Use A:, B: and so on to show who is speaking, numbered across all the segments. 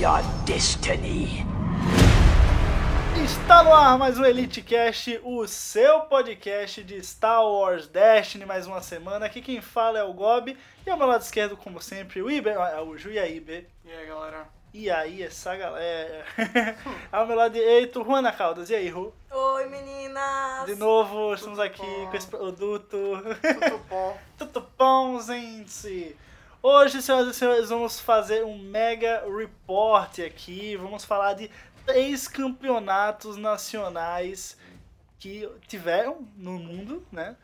A: your destiny.
B: Está no ar mais um Elite Cast, o seu podcast de Star Wars Destiny, mais uma semana. Aqui quem fala é o Gob e ao meu lado esquerdo, como sempre, o Iber Araújo e aí, Iber.
C: E aí, galera?
B: E aí, essa galera. ao meu lado direito, Juana Caldas. E aí, Ru?
D: Oi, meninas!
B: De novo, estamos
C: Tudo
B: aqui
C: bom?
B: com esse produto.
C: Tudo bom?
B: Tudo bom, gente? Hoje, senhoras e senhores, vamos fazer um mega report aqui. Vamos falar de três campeonatos nacionais que tiveram no mundo, né?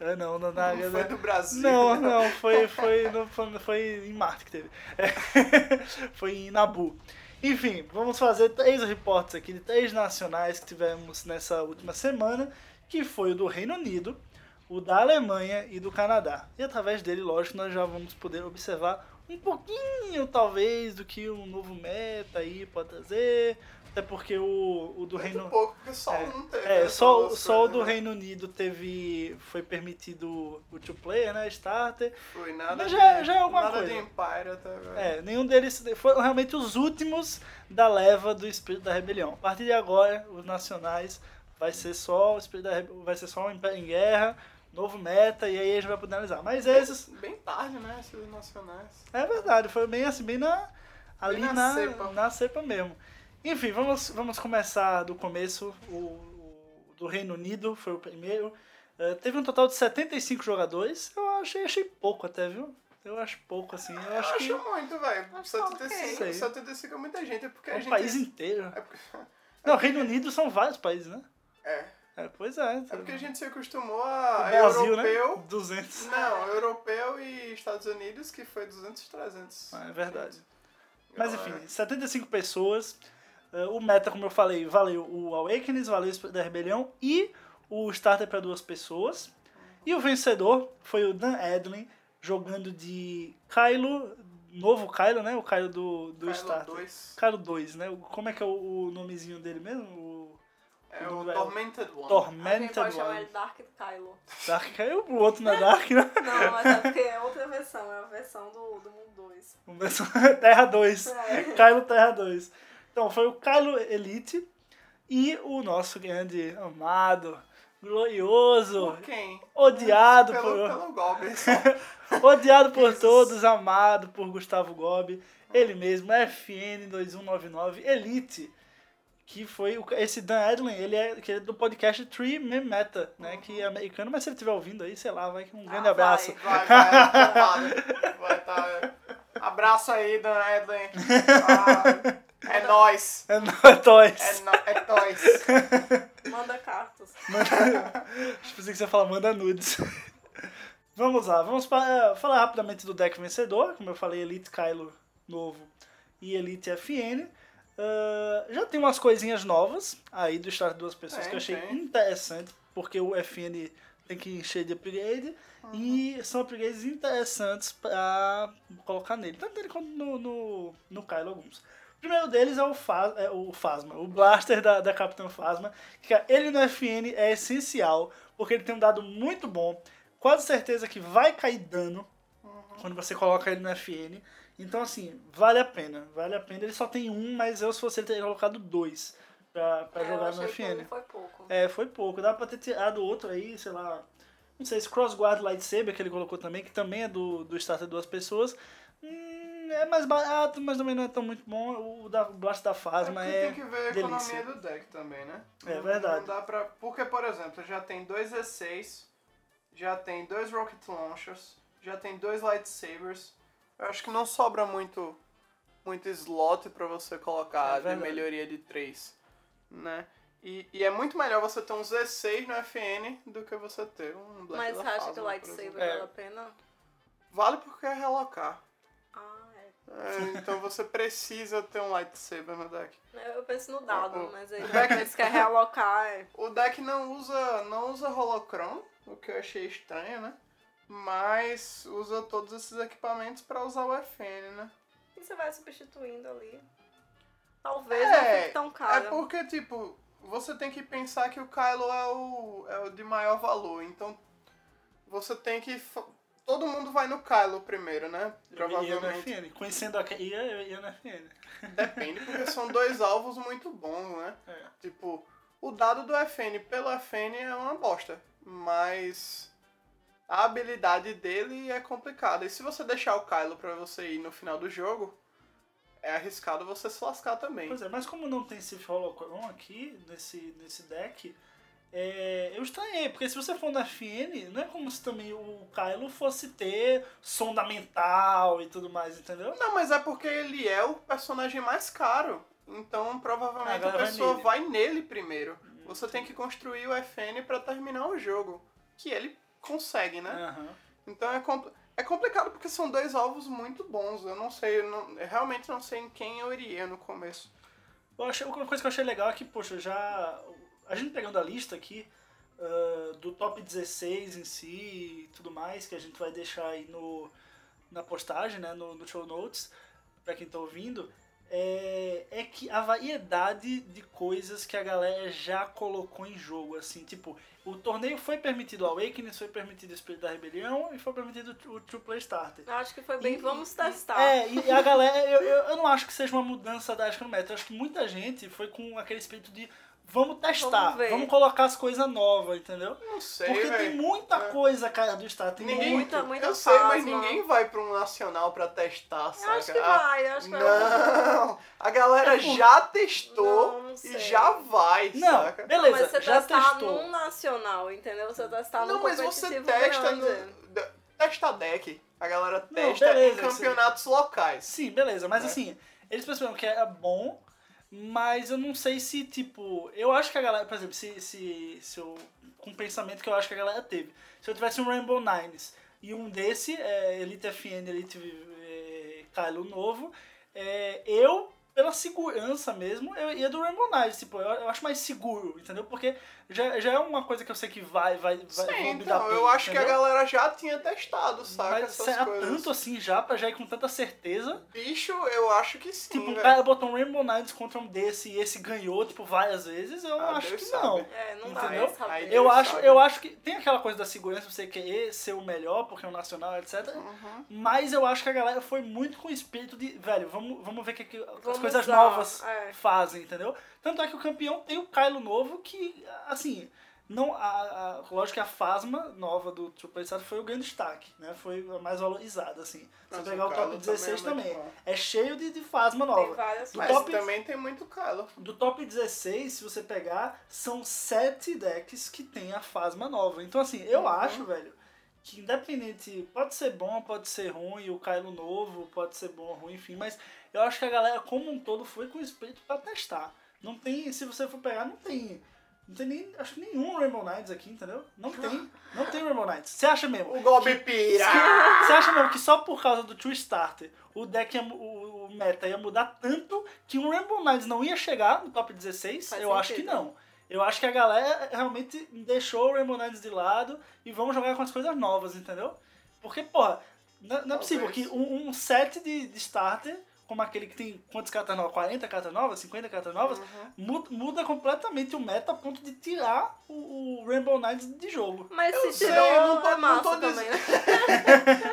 B: Ah, Não, na, na,
C: Não foi do Brasil?
B: não, não, foi, foi, no- foi, foi em Marte que teve. É, foi em Nabu. Enfim, vamos fazer três reportes aqui de três nacionais que tivemos nessa última semana, que foi o do Reino Unido, o da Alemanha e do Canadá. E através dele, lógico, nós já vamos poder observar um pouquinho, talvez, do que um novo meta aí pode trazer. Até porque o, o do
C: Muito
B: Reino...
C: um pouco, porque só
B: É,
C: não teve.
B: É,
C: né,
B: só,
C: duas
B: só o
C: coisas,
B: do
C: né?
B: Reino Unido teve. Foi permitido o two player, né? Starter.
C: Foi nada.
B: Mas já-
C: de-
B: já é alguma
C: nada
B: coisa.
C: de Empire até agora.
B: É, nenhum deles. Foram realmente os últimos da leva do Espírito da Rebelião. A partir de agora, os nacionais vai ser só o Espírito da Rebelião. Vai ser só um Império em Guerra, novo meta, e aí a gente vai poder analisar. Mas esses.
C: Bem tarde, né? Esses nacionais.
B: É verdade, foi bem assim, bem na. Ali
C: na
B: na,
C: cepa.
B: na cepa mesmo. Enfim, vamos, vamos começar do começo. O, o do Reino Unido foi o primeiro. Eh, teve um total de 75 jogadores. Eu achei, achei pouco até, viu? Eu acho pouco, assim. Eu acho
C: Eu
B: que tá
C: acho muito, velho.
D: Mas
C: 75,
B: ok.
C: 75 é muita gente, é porque
B: é
C: a
B: um
C: gente.
B: país inteiro.
C: É porque-
B: Não, Reino Unido são vários países, né?
C: É.
B: É, pois é.
C: É porque a gente se acostumou
B: O
C: a
B: Brasil,
C: europeu.
B: né? 200.
C: Não, europeu e Estados Unidos, que foi 200, 300.
B: Ah, é verdade.
C: Gente,
B: Mas
C: galera.
B: enfim, 75 pessoas. Eh, O meta, como eu falei, valeu o Awakens, valeu o Espírito da Rebelião e o Starter para duas pessoas. E o vencedor foi o Dan Edlin, jogando de Kylo, novo Kylo, né? O Kylo do, do
C: Kylo
B: Starter.
C: 2
B: Kylo 2, né? O- Como é que é o, o nomezinho dele mesmo? O
C: é
B: do-
C: o
B: do-
C: Tormented One.
D: Alguém
B: Tormented
D: pode chamar
B: One.
D: ele Dark Kylo.
B: Dark, é o outro não é Dark, né?
D: Não, mas é porque é outra versão, é a versão do, do mundo 2.
B: Um versão- Terra 2.
D: É.
B: Kylo Terra 2. Então, foi o Kylo Elite e o nosso grande amado, glorioso,
C: Por quem?
B: odiado
C: pelo,
B: por,
C: pelo Goblin. só.
B: odiado por
C: Jesus.
B: todos, amado por Gustavo Gobi, ele mesmo, FN2199 Elite. Que foi o- esse Dan Edlin, ele é, que é do podcast Tree Me Meta, né? Que é americano, mas se ele estiver ouvindo aí, sei lá, vai que um
D: Ah,
B: grande
D: vai.
B: abraço.
C: Vai, vai, tomada. vai tá. Abraço aí, Dan Edlin. Ah, é nóis.
B: É nóis.
C: É, nó- é nóis.
D: Manda cartas.
B: Tipo assim que você fala, manda nudes. vamos lá, vamos para, falar rapidamente do deck vencedor. Como eu falei, Elite Kylo novo e Elite FN. Ah, já tem umas coisinhas novas aí do Start Duas Pessoas
C: Tem,
B: que eu achei
C: tem.
B: interessante, porque o FN tem que encher de upgrade. E
C: Uhum.
B: são upgrades interessantes pra colocar nele. Tanto nele quanto no, no, no Kylo alguns. O primeiro deles é o, Fa é o Phasma, o Blaster da, da Capitã Phasma. Que cara, ele no FN é essencial, porque ele tem um dado muito bom. Quase certeza que vai cair dano quando você coloca ele no FN. Então, assim, vale a pena. Vale a pena. Ele só tem um, mas eu, se fosse ele, teria colocado dois pra, pra
D: É, eu
B: jogar no
D: achei que
B: FN.
D: Foi pouco.
B: É, foi pouco. Dá pra ter tirado outro aí, sei lá. Não sei, esse Crossguard Lightsaber que ele colocou também, que também é do, do Starter Duas Pessoas. Hum, é mais barato, mas também não é tão muito bom. O da o Blast da Phasma
C: Porque
B: é.
C: tem que ver a
B: delícia.
C: economia do deck também, né?
B: É
C: Não-
B: verdade.
C: Não dá pra... Porque, por exemplo, já tem dois E6, já tem dois Rocket Launchers, já tem dois Lightsabers. Eu acho que não sobra muito, muito slot pra você
B: É
C: colocar de
B: verdade.
C: melhoria de 3, né? E, e é muito melhor você ter um Z6 no FN do que você ter um Black
D: Mas
C: da
D: você acha que
C: Phasma,
D: o
C: por
D: lightsaber
C: exemplo.
B: É.
D: vale a pena?
C: Vale porque é relocar.
D: Ah, é.
C: É, então você precisa ter um lightsaber no deck.
D: Eu penso no dado,
C: O- o-
D: mas aí eles querem realocar. É.
C: O deck não usa, não usa holocron, o que eu achei estranho, né? Mas usa todos esses equipamentos pra usar o FN, né?
D: E você vai substituindo ali. Talvez não fique tão caro.
C: é porque, tipo, você tem que pensar que o Kylo é o, é o de maior valor, então você tem que fa- todo mundo vai no Kylo primeiro, né?
B: Eu iria no
C: Provavelmente.
B: FN. Conhecendo a Ke- ia, eu ia no FN.
C: Depende, porque são dois alvos muito bons, né?
B: É.
C: Tipo, o dado do FN pelo FN é uma bosta, mas a habilidade dele é complicada. E se você deixar o Kylo pra você ir no final do jogo, é arriscado você se lascar também.
B: Pois é, mas como não tem Sith Holocron aqui, nesse, nesse deck, é, eu estranhei, porque se você for na FN, não é como se também o Kylo fosse ter sonda mental e tudo mais, entendeu?
C: Não, mas é porque ele é o personagem mais caro. Então
B: Ah,
C: provavelmente a
B: agora vai
C: pessoa
B: nele. Hum,
C: vai nele, primeiro. Você tem que construir o FN pra terminar o jogo. Que ele consegue, né?
B: Aham.
C: Então é, compl- é complicado porque são dois alvos muito bons. Eu não sei, eu, não- eu realmente não sei em quem eu iria no começo.
B: Eu achei, uma coisa que eu achei legal é que, poxa, já. A gente pegando a lista aqui ah, do top 16 em si e tudo mais, que a gente vai deixar aí no, na postagem, né, no, no show notes, pra quem tá ouvindo, é, é que a variedade de coisas que a galera já colocou em jogo, assim, tipo, o torneio foi permitido Awakening, foi permitido Espírito da Rebelião e foi permitido o True Play Starter.
D: Eu acho que foi bem,
B: E-
D: vamos
B: e-
D: testar.
B: É, e a galera, eu, eu, eu não acho que seja uma mudança da ética no meta. Eu acho que muita gente foi com aquele espírito de vamos testar,
D: Vamos ver.
B: vamos, colocar as coisas novas, entendeu?
C: Não sei,
B: Porque
C: velho.
B: tem muita
C: É.
B: coisa, cara, do Estado. Tem
C: Ninguém,
B: muito.
D: muita- muita
C: eu sei, mas
D: pasma.
C: ninguém vai pra um nacional pra testar,
D: Eu
C: saca?
D: acho que
C: Ah,
D: vai, eu acho que vai.
C: Não! A galera já testou
D: Não, não sei.
C: e já vai,
B: Não,
C: saca?
D: Não,
B: beleza,
D: mas você
B: já
D: testar
B: testou.
D: num nacional, entendeu? Você testar
C: Não,
D: num
C: mas você
D: competitivo
C: testa
D: grande.
C: no. de- Testa deck. A galera
B: Não,
C: testa
B: beleza,
C: em
B: isso-
C: campeonatos locais.
B: Sim, beleza, mas
C: É.
B: assim, eles perceberam que era bom, mas eu não sei se, tipo, eu acho que a galera, por exemplo, se, se, se eu, com o pensamento que eu acho que a galera teve, se eu tivesse um Rainbow Nines e um desse, é, Elite FN, Elite é, Kylo novo, é, eu, pela segurança mesmo, eu ia do Rainbow Nines, tipo, eu, eu acho mais seguro, entendeu? Porque já, já é uma coisa que eu sei que vai, vai, vai
C: Sim,
B: vão me dar
C: então,
B: bem,
C: eu acho que
B: entendeu?
C: a galera já tinha testado, saca?
B: mas
C: essas
B: será
C: coisas.
B: tanto assim já, pra já ir com tanta certeza?
C: Bicho, eu acho que sim.
B: Tipo, o
C: velho.
B: cara botou um Rainbow Nights contra um desse e esse ganhou, tipo, várias vezes, eu
C: Ah,
B: acho
C: Deus
B: que
C: sabe.
B: não.
D: É, não
B: Entendeu?
D: dá pra saber.
C: Aí Deus
B: Eu acho,
C: sabe.
B: eu acho que tem aquela coisa da segurança, você querer ser o melhor, porque é um nacional, etc.
C: Uhum.
B: Mas eu acho que a galera foi muito com o espírito de, velho, vamos, vamos ver o que, que as
D: Vamos
B: coisas
D: lá,
B: novas
D: é.
B: fazem, entendeu? Tanto é que o campeão tem o Kylo novo, que, assim, não, a, a- lógico que a Fasma nova do True Play Stars foi o grande destaque, né? Foi a mais valorizada, assim. Se
C: Mas
B: você pegar
C: o
B: o
C: Kylo
B: top 16
C: também é
B: também,
C: muito bom.
B: é cheio de, de Fasma
D: Tem
B: nova.
D: várias
B: Do
C: Mas
D: coisas.
B: top-
C: também tem muito calo.
B: Do top 16, se você pegar, são sete decks que tem a Fasma nova. Então, assim, eu
C: Uhum.
B: acho, velho, que independente, pode ser bom, pode ser ruim, o Kylo novo pode ser bom, ruim, enfim, mas eu acho que a galera como um todo foi com espírito pra testar. Não tem, se você for pegar, não tem. Não tem nem, acho que nenhum Rainbow Knights aqui, entendeu? Não tem, não tem Rainbow Knights. Você acha mesmo?
C: O golpe pira!
B: Você acha mesmo que só por causa do True Starter o deck ia mu- o, o meta ia mudar tanto que um Rainbow Knights não ia chegar no top 16?
D: Faz
B: eu acho que
D: sentido.
B: não. Eu acho que a galera realmente deixou o Rainbow Knights de lado e vão jogar com as coisas novas, entendeu? Porque, porra, não, não é possível que
C: Talvez.
B: um, um set de, de starter, como aquele que tem quantas cartas novas? 40 cartas novas? 50 cartas novas?
C: Uhum.
B: mu- Muda completamente o meta a ponto de tirar o, o Rainbow Knights de jogo.
D: Mas
C: Eu
D: se
C: sei,
D: tirou,
C: eu não tô-
D: é
C: não
D: massa
C: tô
D: também, né?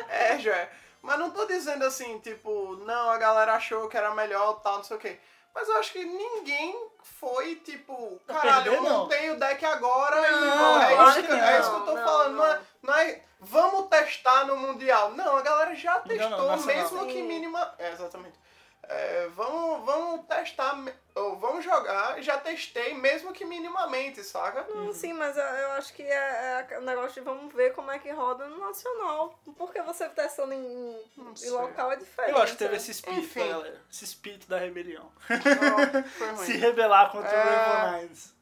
C: É, já é. Mas não tô dizendo assim, tipo, não, a galera achou que era melhor, tal, não sei o quê. Mas eu acho que ninguém foi, tipo, caralho, eu
B: perder, não.
C: montei o deck agora e
B: Não,
C: vou. É,
B: claro
C: isso,
B: que
C: que, é isso que eu
D: não,
C: tô
D: não,
C: falando. Não.
D: não.
C: é, não é vamos testar no Mundial. Não, a galera já
B: Mundial
C: testou,
B: não, nacional.
C: mesmo que
D: Sim.
C: mínima. É, exatamente. É, vamos, vamos testar, me- ou vamos jogar, já testei, mesmo que minimamente, saca?
D: Não, Sim, mas eu, eu acho que é, é um negócio de vamos ver como é que roda no nacional. Porque você testando em, em
C: Não sei.
D: local é diferente.
B: Eu acho que teve esse espírito,
C: Enfim.
B: da galera. Esse espírito da rebelião.
C: Não, foi ruim.
B: se rebelar contra
C: É.
B: o Rainbow Nines.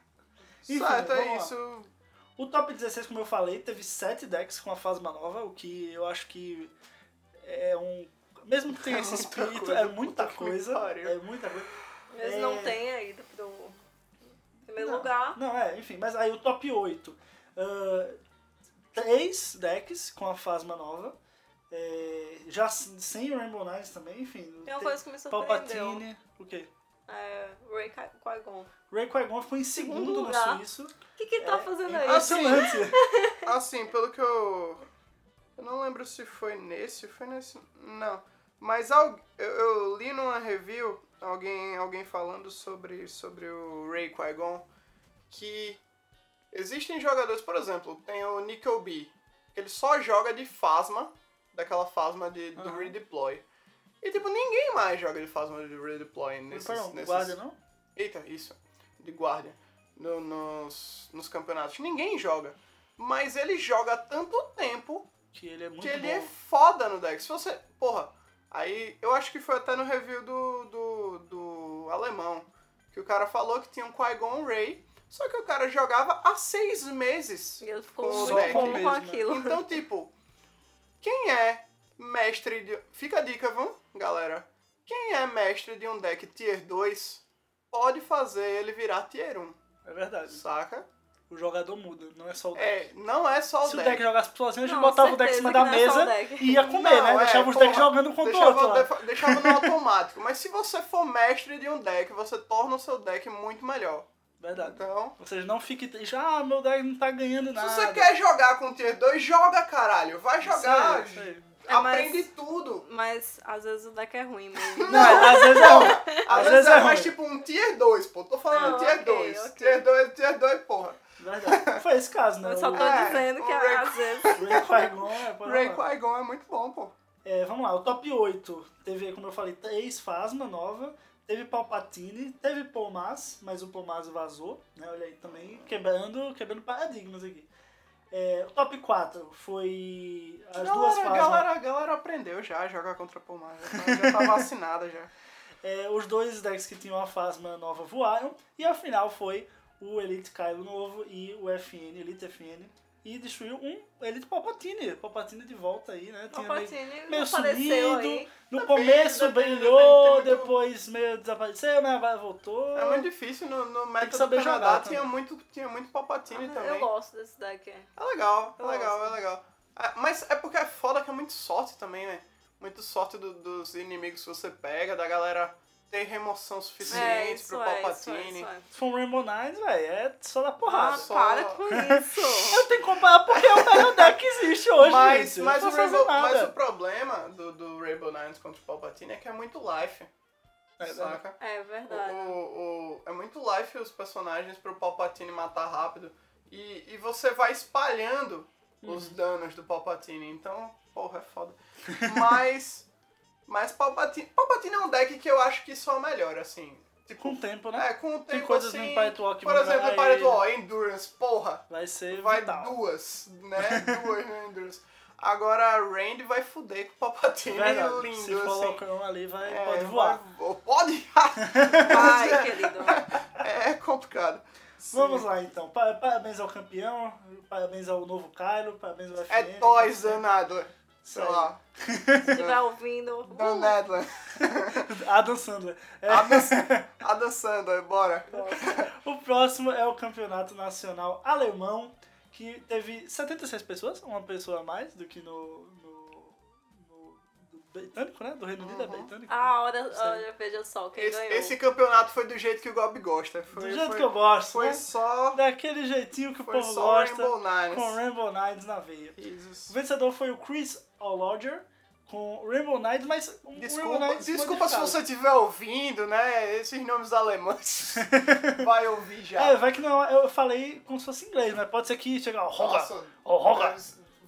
B: Enfim,
C: Certo, é
B: vamos lá.
C: isso.
B: O top 16, como eu falei, teve 7 decks com a Fasma nova, o que eu acho que é um. Mesmo que tenha
C: É
B: esse
C: muita
B: espírito,
C: coisa,
B: é muita
C: puta que me
B: coisa.
C: pariu.
B: É muita coisa.
D: Eles
B: É.
D: não têm aí do, do primeiro
B: Não.
D: lugar.
B: Não, é, enfim, mas aí o top 8. ah, três decks com a Fasma nova. é, já s- sem o Rainbow Knights também, enfim.
D: Tem uma
B: te-
D: coisa que me surpreendeu.
B: Palpatine. O quê?
D: É, Ray Qui- Qui-Gon. É,
B: Ray Qui-Gon ficou em segundo,
D: Segundo
B: no
D: lugar.
B: Suíço.
C: Tá Ah,
D: O que que tá fazendo aí?
B: Impressionante.
C: Assim, pelo que eu Eu não lembro se foi nesse, foi nesse. Não. Mas al- eu, eu li numa review alguém, alguém falando sobre, sobre o Ray Qui-Gon que existem jogadores, por exemplo, tem o Nickel B, que ele só joga de Phasma, daquela Phasma de, do
B: Aham.
C: Redeploy. E tipo, ninguém mais joga de Phasma de Redeploy nesses,
B: não foi um
C: nesses
B: guarda, não?
C: Eita, isso. De guarda. No- nos, nos campeonatos. Ninguém joga. Mas ele joga há tanto tempo
B: Que ele é muito
C: que ele
B: bom.
C: é foda no deck. Se você. Porra, aí eu acho que foi até no review do, do, do alemão. Que o cara falou que tinha um Qui-Gon Ray. Só que o cara jogava há seis meses.
D: E ele ficou
C: Com
D: muito
C: deck.
D: bom
B: Mesmo,
D: com
B: né?
D: aquilo.
C: Então, tipo, quem é mestre de. Fica a dica, vamos, galera. Quem é mestre de um deck tier 2 pode fazer ele virar tier 1,
B: É verdade.
C: saca?
B: O jogador muda, não é só o deck.
C: É, não é só o
B: Se o
C: deck.
B: deck jogasse sozinho, a gente
D: Não,
B: botava o deck em cima da
D: certeza que não é só
B: mesa
D: o deck.
B: e ia comer,
C: Não,
B: né?
C: é,
B: Deixava os
C: porra,
B: decks jogando um contra o
C: deixava,
B: outro lá.
C: defa- deixava no automático. Mas se você for mestre de um deck, você torna o seu deck muito melhor.
B: Verdade.
C: Então,
B: Ou seja, não fique triste. Ah, meu deck não tá ganhando
C: se
B: nada.
C: você quer jogar com tier 2, joga caralho. Vai
B: Isso aí,
C: jogar,
B: isso aí.
D: É, mas-
C: aprende tudo.
D: Mas às vezes o deck é ruim mesmo.
B: Não, às vezes
C: Não,
B: é.
C: às vezes é mais tipo um tier 2, pô. Tô falando
D: Não,
C: tier
D: ok,
C: 2.
D: ok.
C: Tier 2, tier 2, porra.
B: Verdade. Foi esse caso, né?
D: Eu só
B: O-
D: tô
C: É,
D: dizendo que
C: o Ray-
D: às vezes.
B: o Ray Qui-Gon é, pode
C: Ray
B: falar.
C: Qui-Gon é muito bom, pô.
B: É, vamos lá, o top 8 teve, como eu falei, três Fasma nova, teve Palpatine, teve Pomaz, mas o Pomaz vazou, né? Olha aí também, quebrando, quebrando paradigmas aqui. É, o top 4 foi as
C: galera,
B: duas né? Fasma,
C: galera, galera aprendeu já a jogar contra a Pomar. Já, já tá vacinada já.
B: é, os dois decks que tinham a Fasma nova voaram, e a final foi o Elite Kylo novo e o FN, Elite FN, e destruiu um Elite Palpatine, Palpatine de volta aí, né? Tinha meio-
D: Palpatine
B: meio
D: apareceu
B: sumido.
D: aí.
B: No
C: Tá
B: começo
C: bem, tá bem,
B: brilhou,
C: tá bem, tá bem.
B: depois meio desapareceu, mas agora voltou.
C: É muito difícil, no, no meta
B: saber
C: do Canadá
B: jogar Ah,
C: tinha, muito, tinha muito Palpatine
D: Eu
C: também.
D: gosto desse deck.
C: É legal, é
D: Eu
C: legal, é
D: gosto.
C: legal. Ah, Mas é porque é foda que é muito sorte também, né? Muito sorte do- dos inimigos que você pega, da galera ter remoção
D: É,
C: suficiente
D: isso
C: pro
D: é, isso é,
C: Palpatine.
D: isso é.
B: Se for um Rainbow Nines, velho, é só dar
D: Ah,
B: porrada.
C: só-
D: para com isso.
B: Eu tenho que comparar porque é o melhor deck que existe hoje,
C: Mas,
B: gente.
C: mas,
B: não
C: o
B: vou fazer
C: Rainbow-
B: nada.
C: mas o problema do, do Rainbow Nines contra o Palpatine é que é muito life,
B: É verdade.
C: saca?
D: É
C: O,
D: verdade.
C: o- o- é muito life os personagens pro Palpatine matar rápido. E, e você vai espalhando os
B: Uhum.
C: danos do Palpatine. Então, porra, é foda. Mas. mas Palpatine. Palpatine é um deck que eu acho que só melhora, assim. Tipo,
B: Com o tempo, né?
C: é, com o tempo.
B: Tem coisas no
C: assim,
B: Empire Walk que
C: Por
B: vão
C: exemplo,
B: melhorar
C: Empire
B: ele.
C: Walk, Endurance, porra.
B: Vai ser
C: Vai um
B: vital. É
C: duas, né? Duas no Endurance. Agora a Randy vai fuder com o Palpatine
B: Verdade.
C: lindo,
B: Se for
C: assim.
B: Locrão ali, vai,
C: É,
B: pode voar.
C: vai- pode voar.
D: Ai, querido.
C: É complicado.
B: Vamos lá, então. Pa- Parabéns ao campeão, parabéns ao novo Kylo, parabéns ao FN.
C: É Toys Dan Adler. Sei
B: Isso aí.
C: lá.
D: Se estiver ouvindo.
C: Dan
D: uh,
C: Adler.
B: Adam Sandler. É.
C: Adam Adam Sandler, bora.
B: O próximo é o Campeonato Nacional Alemão, que teve 76 pessoas, uma pessoa a mais do que no. no, no- do britânico, né? Do Reino Unido é
C: Uhum.
B: britânico.
D: Ah, olha,
B: Sei.
D: olha, veja só quem
C: Esse,
D: ganhou.
C: esse campeonato foi do jeito que o Gob gosta. Foi,
B: do jeito
C: foi-
B: que eu gosto.
C: Foi
B: né?
C: só.
B: Daquele jeitinho que o
C: Foi
B: povo
C: só
B: gosta.
C: Rainbow Nines.
B: Com Rainbow Nights na veia. O
C: Jesus.
B: vencedor foi o Chris O'Lodger com Rainbow Nights, mas. um Rainbow
C: Desculpa,
B: Nights
C: desculpa se
B: modificado.
C: você estiver ouvindo, né? Esses nomes alemães. Vai ouvir já.
B: É, vai que não. Eu falei como se fosse inglês, mas pode ser que chega. ó, Honga!
C: Nossa.
B: Ó, Honga!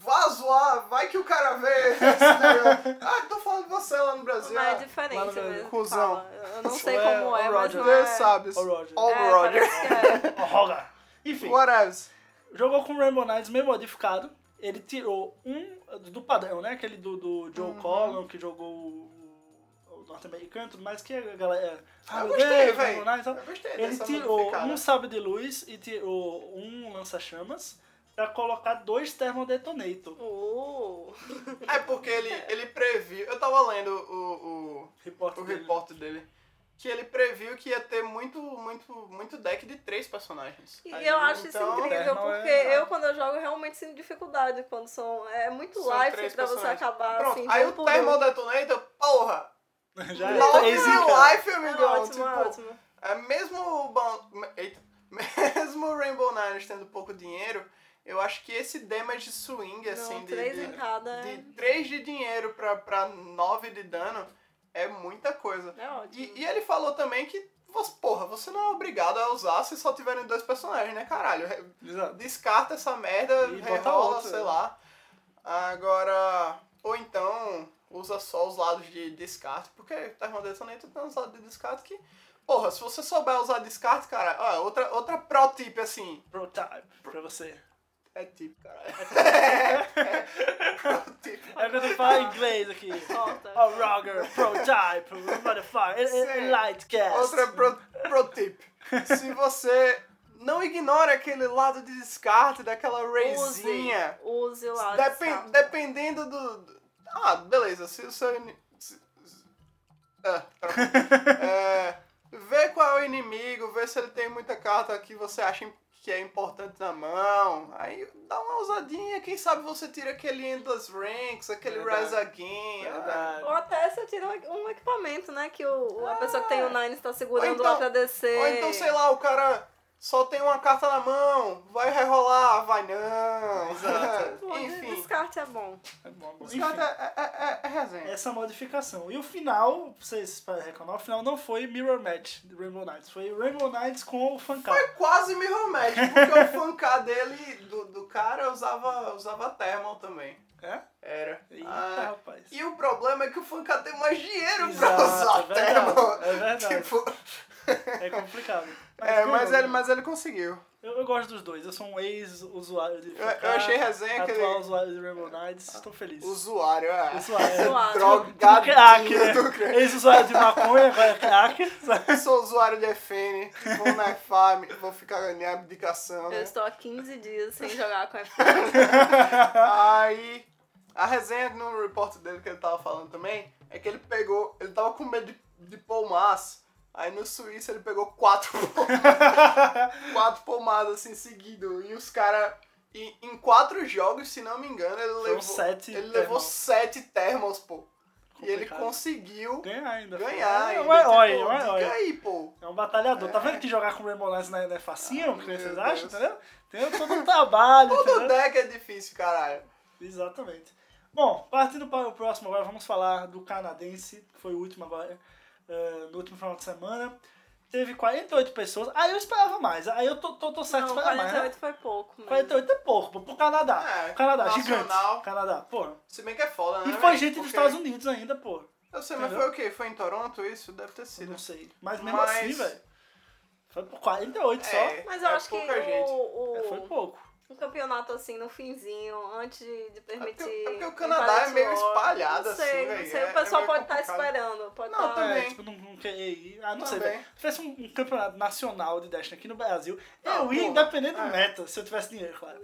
C: Vá zoar, vai que o cara vê. esse negócio. ah, tô falando de você lá no Brasil.
D: Não é
C: Ah,
D: diferente
B: Mano,
D: mesmo. que
C: cuzão.
D: fala. Eu eu não sei
B: É,
D: como é,
B: o
D: mas
B: Roger.
D: não
C: Deus
D: é.
C: sabe.
B: Ó, Roger.
C: All
D: É, assim,
C: Roger.
D: parece que é.
B: Ó, Honga! oh, Enfim.
C: Whatevs.
B: Jogou com o Rainbow Knights meio modificado. Ele tirou um do padrão, né? Aquele do, do
C: Uhum.
B: Joe Collin, que jogou o, o norte-americano e tudo mais, que a galera.
C: Ah, Eu
B: meu
C: gostei,
B: Deus,
C: velho.
B: Rainbow Knights,
D: então,
B: ó.
C: Eu gostei
B: Ele
C: dessa
B: tirou
C: modificada.
B: um sabre de luz e tirou um lança-chamas pra colocar dois thermodetonator.
D: Uh,
B: um
C: É porque ele, ele previu. Eu tava lendo o, o,
B: Repórter
C: o
B: dele.
C: repórter dele. Que ele previu que ia ter muito, muito, muito deck de três personagens.
D: E
C: Aí,
D: eu acho
C: então,
D: isso incrível,
B: Eternal é-
D: porque eu, quando eu jogo, realmente sinto dificuldade quando são. É muito
C: são três
D: life pra você
C: personagens.
D: acabar
C: Pronto,
D: assim.
C: aí
D: de um
C: o
D: por um.
C: Thermal Detonator, porra!
B: Já é.
C: Love
B: Easy,
C: your
B: cara.
C: life,
D: É
C: amigão!
D: ótimo, é
C: tipo,
D: ótimo.
C: É mesmo o Ban- Eita. Mesmo o Rainbow Nines tendo pouco dinheiro, Eu acho que esse damage swing, assim,
D: Não,
C: de,
D: três
C: de,
D: em cada é-
B: Uhum.
C: de 3 de dinheiro pra, pra 9 de dano é muita coisa.
D: é ótimo.
B: Uhum.
C: E, e ele falou também que, você- porra, você não é obrigado a usar se só tiverem dois personagens, né, caralho? Re-
B: Exato.
C: Descarta essa merda,
B: E bota
C: rerola,
B: outro,
C: sei
B: né?
C: lá. Agora, ou então, usa só os lados de descarte, porque tá irmão também tu tem uns lados de descarte que... Porra, se você souber usar descarte, cara, ó, outra, outra pro tip, assim,
B: Pro time pra você.
C: é tipo, caralho.
B: né?
C: Pro tip.
B: É quando eu falo em inglês aqui.
D: Solta.
B: Oh, Roger, prototype, modifier,
C: Sim.
B: lightcast.
C: Outra pro, pro tip. Se você não ignora aquele lado de descarte daquela raisinha.
D: Use, use lá.
C: Depen- dependendo do. do- Ah, beleza. Se o seu. ini- se- se- Ah, troca. É, vê qual é o inimigo, vê se ele tem muita carta que você acha im- que é importante na mão. Aí dá uma ousadinha, quem sabe você tira aquele Endless Ranks, aquele
B: Verdade.
C: Rise Again.
B: É
C: ah.
D: Ou até você tira um equipamento, né? Que o, o- a pessoa que tem o Nine está
C: Ou
D: segurando
C: então-
D: lá pra descer.
C: Ou então, sei lá, o cara só tem uma carta na mão, vai rerolar, vai não.
B: Exato.
D: Pô,
C: Enfim. Tá
D: Descarte é bom.
B: É bom, bom.
C: Descarte
B: Enfim,
C: é, é, é, é resenha.
B: essa modificação. E o final, pra vocês podem reclamar, o final não foi Mirror Match do Rainbow Knights. Foi Rainbow Knights com o Fancar.
C: Foi É quase me Match, porque o fancar dele, do, do cara, usava, usava thermal também.
B: É?
C: Era.
B: Eita,
C: Ah,
B: rapaz.
C: e o problema é que o fancar tem mais dinheiro
B: Exato,
C: pra usar
B: é verdade,
C: thermal.
B: é verdade.
C: Tipo,
B: É complicado.
C: é, mas
B: ganhou,
C: ele,
B: né?
C: mas ele conseguiu.
B: Eu, eu gosto dos dois. Eu sou um ex-usuário de
C: Eu, eu achei resenha que
B: atual
C: ele...
B: usuário de Rainbow Knights. Estou feliz.
C: Usuário, é.
B: Usuário.
D: Usuário.
B: Do crack,
C: Drogadinho do
B: né?
C: crack.
B: Ex-usuário de maconha, agora é crack. sabe?
C: Eu sou usuário de FN, vou na farm, vou ficar na minha abdicação.
D: Eu
C: né?
D: estou há 15 dias sem jogar com a
C: Aí, a resenha no report dele que ele tava falando também é que ele pegou, ele tava com medo de, de palmas. Aí no Suíça ele pegou quatro palmadas, quatro palmadas assim seguido. E os caras, em, em quatro jogos, se não me engano, ele levou,
B: sete
C: ele levou
B: thermals.
C: sete thermals, pô. E ele
B: Complicado.
C: conseguiu
B: Ganhar ainda.
C: ganhar.
B: É
C: ainda,
B: um herói,
C: tipo,
B: é um herói.
C: diga aí, pô.
B: É um batalhador. Tá vendo que jogar com Rainbow Knights não é- não é facinho, o que
C: meu
B: vocês acham,
C: Deus.
B: entendeu? Tem todo um trabalho,
C: Todo
B: entendeu?
C: deck é difícil, caralho.
B: Exatamente. Bom, partindo para o próximo agora, vamos falar do canadense, que foi o último agora, eh, no último final de semana. Teve 48 pessoas. Aí eu esperava mais. Aí eu tô, tô, tô certo
D: Não,
B: de esperar mais. Né?
D: 48 foi pouco. Mesmo.
B: 48 é pouco, pô, pro Canadá.
C: É,
B: Canadá,
C: nacional.
B: gigante. Canadá, pô.
C: Se bem que é foda, né?
B: E foi
C: velho?
B: gente dos
C: Porque-
B: Estados Unidos ainda, pô.
C: Eu sei, mas
B: Entendeu?
C: foi o quê? Foi em Toronto isso? Deve ter
B: Eu
C: sido.
B: não sei. Mas mesmo
C: Mas-
B: assim, velho. Foi por 48 só.
D: Mas eu
C: é
D: acho que
C: pouca gente.
D: o,
B: É,
D: o,
B: foi pouco.
D: um campeonato assim, no finzinho, antes de, de
C: É porque,
D: permitir.
C: é porque o
D: um
C: Canadá é
D: pallet
C: meio
D: war.
C: espalhado,
D: Não sei,
C: assim,
D: não
C: velho.
D: sei.
C: É-
D: o pessoal
C: é meio
D: pode estar
C: complicado.
D: esperando. Pode
C: Não,
D: tá-
C: também.
B: É, tipo, não, não quer ir. Ah, não sei,
C: Também.
B: velho. Se tivesse um, um campeonato nacional de Destiny aqui no Brasil,
C: Ah,
B: eu ia
C: porra.
B: independente
C: É.
B: do meta, se eu tivesse dinheiro, claro.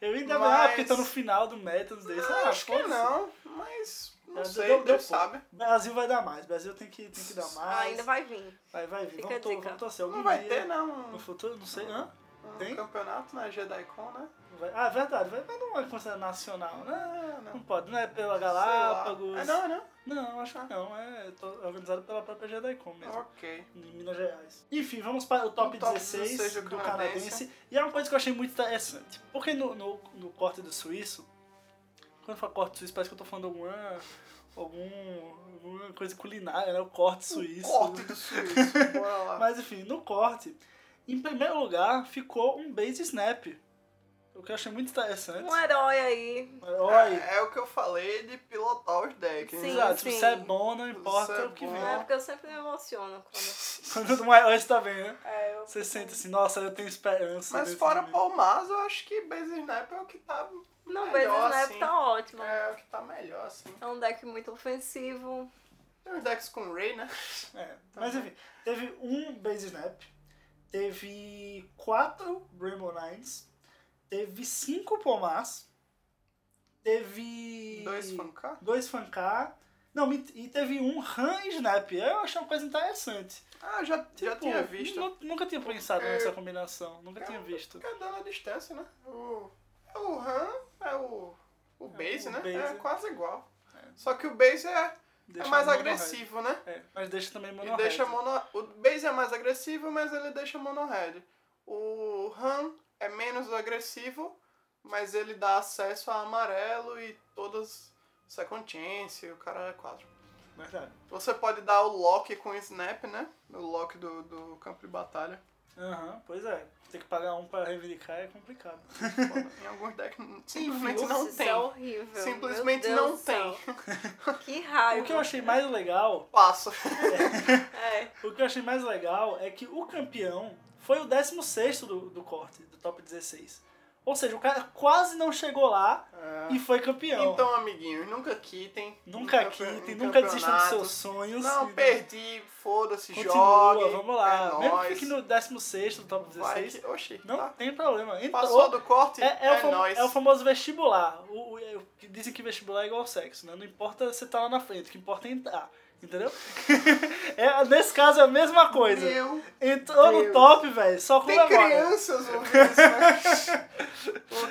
B: eu ia independente,
C: Mas-
B: ah, porque tá no final do meta, não sei.
C: Ah,
B: Ah,
C: acho que
B: foda-se.
C: não, mas não
B: É,
C: sei,
B: deu- deu
C: Deus
B: pouco.
C: sabe.
B: Brasil vai dar mais, Brasil tem que, tem que dar
D: Ah,
B: mais.
D: ainda vai vir.
B: Vai, vai vir.
D: Fica
B: Vamos,
D: a
B: to
D: dica.
B: vamos torcer. Algum
C: Não vai
B: dia,
C: ter, não,
B: No
C: um,
B: futuro, não sei. Hã?
C: um
B: Tem?
C: campeonato na JediCon, né?
B: Vai- Ah, é verdade, vai, mas não é considerado nacional, né?
C: Ah, não.
B: Não pode, não é pela
C: Sei lá.
B: Galápagos.
C: Ah, não, não?
B: Não, acho que não. É to- organizado pela própria JediCon mesmo.
C: Ok.
B: Em Minas Gerais. Enfim, vamos para o top,
C: O Um top
B: 16,
C: 16
B: do
C: do
B: canadense.
C: canadense.
B: E é uma coisa que eu achei muito interessante. Porque no, no, no corte do suíço, quando eu falo corte suíço, parece que eu tô falando alguma, algum, alguma coisa culinária, né? O corte suíço.
C: Um Corte do Suíço, bora lá.
B: Mas enfim, no corte, em primeiro lugar ficou um base snap. O que eu achei muito interessante.
D: Um herói aí.
B: Olha,
C: É, é o que eu falei de pilotar os decks.
D: Sim.
B: Exato, se você é bom, não importa
C: Você é
B: o que
C: bom.
B: vem.
D: É porque eu sempre me emociono quando.
B: Quando um herói está bem, né?
D: É, eu...
B: Você sente assim, nossa, eu tenho esperança.
C: Mas
B: dentro
C: fora
B: de mim.
C: Palmas, eu acho que Base Sniper é o que tá
D: Não, mas
C: melhor,
D: na época
C: assim.
D: tá ótimo. É.
C: É o que tá melhor, assim.
D: um deck muito ofensivo.
C: Tem os decks com Ray, né?
B: É, mas enfim, teve um base snap, teve quatro Rainbow Nines, teve cinco Pomás, teve.
C: Dois Funká.
B: Dois Fancar. Não, ment- e teve um Han Snap. Eu achei uma coisa interessante.
C: Ah, já, já
B: Tipo,
C: tinha visto.
B: nu- Nunca tinha pensado
C: É.
B: nessa combinação. Nunca tinha visto.
C: Fica dando a distância, né? O, é o RAM, é o, o base,
B: o
C: né?
B: base.
C: É quase igual. Só que o base é, é
B: Deixa
C: mais
B: mono red.
C: agressivo, né?
B: É, mas deixa também mono
C: E deixa
B: red.
C: mono, o base é mais agressivo, mas ele deixa mono red. O RAM é menos agressivo, mas ele dá acesso a amarelo e todas second chance, o cara é 4.
B: Verdade.
C: Você pode dar o lock com snap, né? O lock do, do campo de batalha.
B: Aham, pois é. Ter que pagar um pra reivindicar é complicado.
C: em alguns decks simplesmente
D: Nossa,
C: não
D: isso é
C: tem.
D: horrível.
C: Simplesmente
D: Meu Deus
C: não
D: do céu.
C: tem.
D: Que raiva.
B: O que eu achei mais legal,
C: Passa.
D: É.
B: o que eu achei mais legal é que o campeão foi o 16 do, do corte, do top 16. Ou seja, o cara quase não chegou lá e foi campeão.
C: É. Então, amiguinhos, nunca quitem.
B: nunca
C: em campe-
B: quitem,
C: em
B: nunca desistam dos seus
C: campeonatos.
B: sonhos.
C: Não,
B: E-
C: perdi, foda-se,
B: Continua,
C: jogue.
B: vamos lá.
C: É
B: Mesmo que
C: nóis.
B: fique no 16 do top 16,
C: Vai, oxi,
B: não
C: tá.
B: tem problema. Entrou-
C: Passou do corte,
B: É,
C: é,
B: é o famo-
C: nóis.
B: é o famoso vestibular. O, o- é o que dizem que vestibular é igual ao sexo, né? Não importa você tá lá na frente, o que importa é entrar. Entendeu? é, nesse caso é a mesma coisa.
C: Meu,
B: Entrou
C: Deus.
B: no top, velho. Só com
C: tem
B: memória.
C: crianças ouvindo isso, né?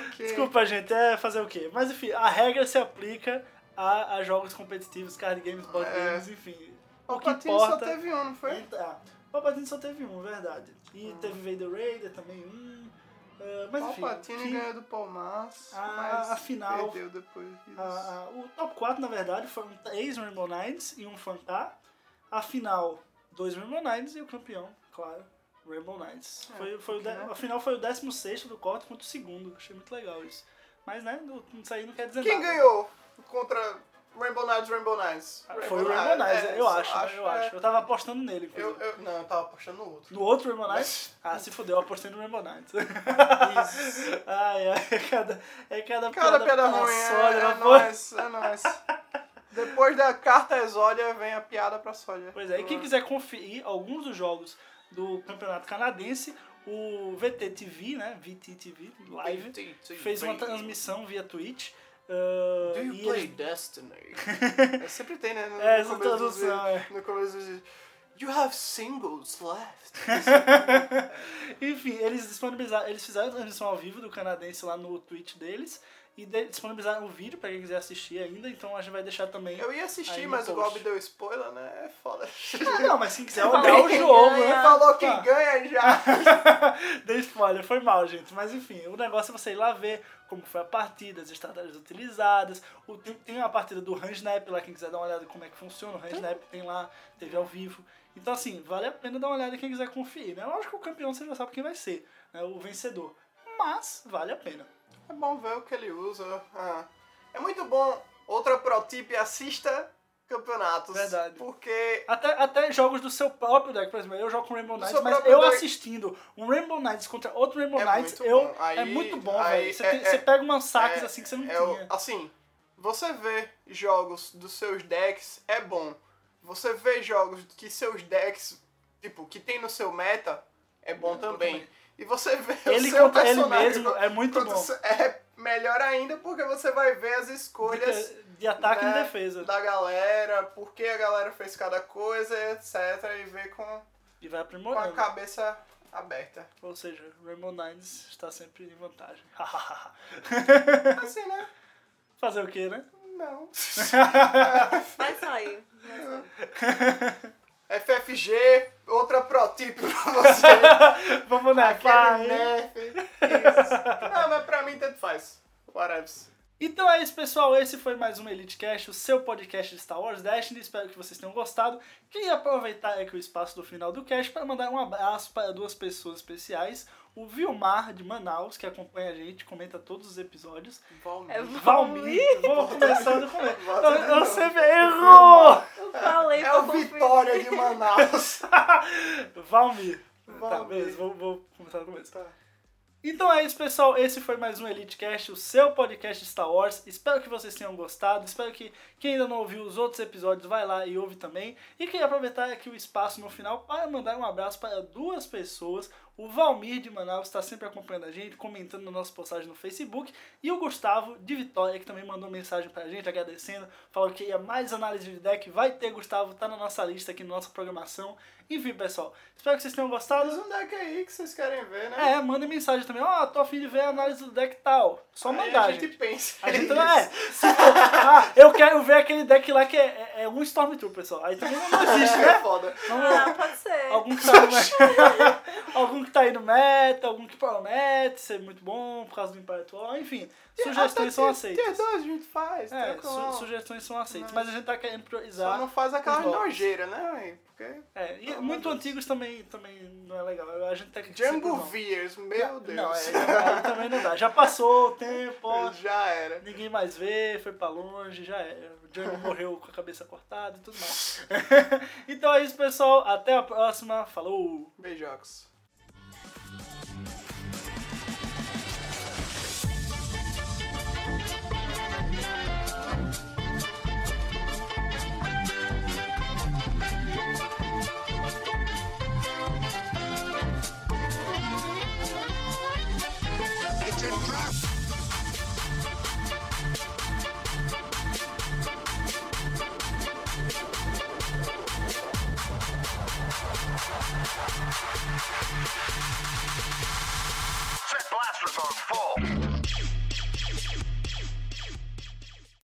C: Ok.
B: Desculpa, gente, é fazer o quê? Mas enfim, a regra se aplica a, a jogos competitivos, card games, board
C: É.
B: games, enfim.
C: O
B: que
C: Patinho só
B: importa- é
C: teve um, não foi? Ah.
B: Entrar. O Palpatine só teve um, verdade. E teve Vader Raider também um. Ah, mas enfim.
C: Palpatine
B: que-
C: ganhou do Palmas,
B: Ah,
C: mas
B: afinal,
C: perdeu depois disso.
B: A- a- o top 4, na verdade, foram 3 Rainbow Nines e um Fantá. A final, 2 Rainbow Nines e o campeão, claro, Rainbow Nines.
C: É,
B: foi, foi o de-
C: porque, né?
B: a final foi o 16 do corte contra o segundo. Achei muito legal isso. Mas, né, não- isso aí não quer dizer
C: Quem
B: nada.
C: ganhou contra Rainbow Nights, Rainbow Nights?
B: Ah, Foi o Rainbow Nines,
C: é,
B: eu
C: isso,
B: acho, né? eu
C: é.
B: acho. Eu tava apostando nele,
C: Eu,
B: inclusive.
C: eu- não, eu tava puxando o outro.
B: No outro Rainbow Knights? Ah, se fodeu, eu apostei no Rainbow Knights. ai, ai, é cada, é cada
C: Cara, piada ruim,
B: paçoca,
C: é, é
B: pô.
C: nóis, é nóis. Depois da carta exólia, vem a piada pra sólia.
B: Pois é, e quem quiser conferir alguns dos jogos do Campeonato Canadense, o VTTV, né? VTTV Live, fez uma transmissão via Twitch. ah,
C: Do
B: e
C: you play
B: eles-
C: Destiny? É, sempre tem, né? No,
B: É,
C: no
B: essa
C: começo dos
B: tradução, é.
C: vídeos- No começo dos vídeos. You have singles left.
B: Enfim, eles disponibilizaram, eles fizeram a transmissão ao vivo do canadense lá no Twitch deles e de- disponibilizaram o vídeo pra quem quiser assistir ainda, então a gente vai deixar também.
C: Eu ia assistir,
B: Aí no
C: mas o
B: post.
C: Gob deu spoiler, né? É foda.
B: Ah, não, mas quem quiser
D: Falou
B: olhar o
D: quem
B: jogo,
D: ganha.
B: né?
C: Falou quem
B: Tá.
C: ganha já.
B: Dei spoiler, foi mal, gente. Mas enfim, o negócio é você ir lá ver como foi a partida, as estratégias utilizadas. O, tem, tem uma partida do Handsnap lá, quem quiser dar uma olhada como é que funciona. O Handsnap tem lá, teve ao vivo. Então, assim, vale a pena dar uma olhada quem quiser conferir, né? Lógico que o campeão você já sabe quem vai ser, né? O vencedor. Mas vale a pena.
C: É bom ver o que ele usa. Ah. É muito bom. Outra pro tip, assista campeonatos.
B: Verdade.
C: Porque
B: Até, até jogos do seu próprio deck, por exemplo, eu jogo com Rainbow
C: Do
B: Knights,
C: seu
B: mas
C: próprio
B: eu
C: deck.
B: assistindo um Rainbow Knights contra outro Rainbow
C: É
B: Knights,
C: muito
B: eu,
C: bom. Aí-
B: é muito bom,
C: aí
B: velho. Você,
C: é-
B: tem-
C: é-
B: você pega umas saques
C: é-
B: assim que você não
C: é o-
B: tinha.
C: assim, você vê jogos dos seus decks é bom. Você vê jogos que seus decks, tipo, que tem no seu meta, é bom também. E você vê o
B: Ele
C: seu
B: contra ele
C: um personagem
B: mesmo é muito
C: contra o
B: bom.
C: seu- é melhor ainda porque você vai ver as escolhas
B: De, de ataque
C: né,
B: e defesa.
C: da galera, por que a galera fez cada coisa, etc. E ver com,
B: E vai
C: com a
B: aprimorando.
C: cabeça aberta.
B: Ou seja, Rainbow Nines está sempre em vantagem.
C: Assim, né?
B: Fazer o quê, né?
C: Não.
D: Vai sair.
C: FFG, outra pro tip pra você.
B: Vamos nefar,
C: Aquele
B: hein?
C: nerf. Isso. Não, mas pra mim tanto faz. Whatever.
B: Então é isso, pessoal. Esse foi mais um Elite Cast, o seu podcast de Star Wars Destiny. Espero que vocês tenham gostado. Queria aproveitar aqui o espaço do final do cast para mandar um abraço para duas pessoas especiais. O Vilmar, de Manaus, que acompanha a gente, comenta todos os episódios.
D: É
B: Valmir,
D: Valmir.
B: vou começando com ele.
C: Bota
B: Eu,
C: de
B: eu
C: novo.
B: sempre errou!
D: Eu falei
C: É
D: pra
C: o
D: conferir.
C: Vitória de Manaus.
B: Valmir. Tá,
C: Valmir.
B: beleza, vou, vou começar do começo.
C: Tá.
B: Então é isso, pessoal. Esse foi mais um EliteCast, o seu podcast de Star Wars. Espero que vocês tenham gostado. Espero que quem ainda não ouviu os outros episódios, vai lá e ouve também. E queria aproveitar aqui o espaço no final para mandar um abraço para duas pessoas. O Valmir de Manaus está sempre acompanhando a gente, comentando na nossa postagem no Facebook. E o Gustavo de Vitória, que também mandou mensagem pra gente, agradecendo. Falou que ia mais análise de deck. Vai ter, Gustavo. Tá na nossa lista aqui, na nossa programação. Enfim, pessoal. Espero que vocês tenham gostado.
C: Faz um deck aí que vocês querem ver, né?
B: É, manda mensagem também. Ó, tô afim de ver a análise do deck tal. Só
C: Aí
B: mandar,
C: a
B: gente.
C: gente pensa.
B: é A gente
C: nisso.
B: não é. Se for, ah, eu quero ver aquele deck lá que é, é- é um Stormtrooper, pessoal. Aí também não existe,
C: É
B: né?
C: foda.
B: Vamos lá.
D: Ah, pode ser.
B: Algum que sabe mais. Algum que que tá aí no meta, algum que promete ser muito bom por causa do Imperator War, enfim. Sugestões são
C: Tier
B: aceitas.
C: 2 a gente faz,
B: É,
C: tranquilo.
B: su- sugestões são aceitas, mas a gente tá querendo
C: Só
B: priorizar.
C: não faz aquela
B: os novos.
C: nojeira, né, véi? Porque...
B: É, e
C: Pelo amor de
B: muito
C: Deus.
B: antigos também, também não é legal. A gente tá que
C: Django
B: sempre-
C: Veers, meu Deus.
B: Não, é, aí também não dá. Já passou o tempo,
C: Já era.
B: ninguém mais vê, foi pra longe, já é. O Django morreu com a cabeça cortada e tudo mais. então é isso, pessoal. Até a próxima. Falou!
C: Beijocos.
A: Set blasters on full.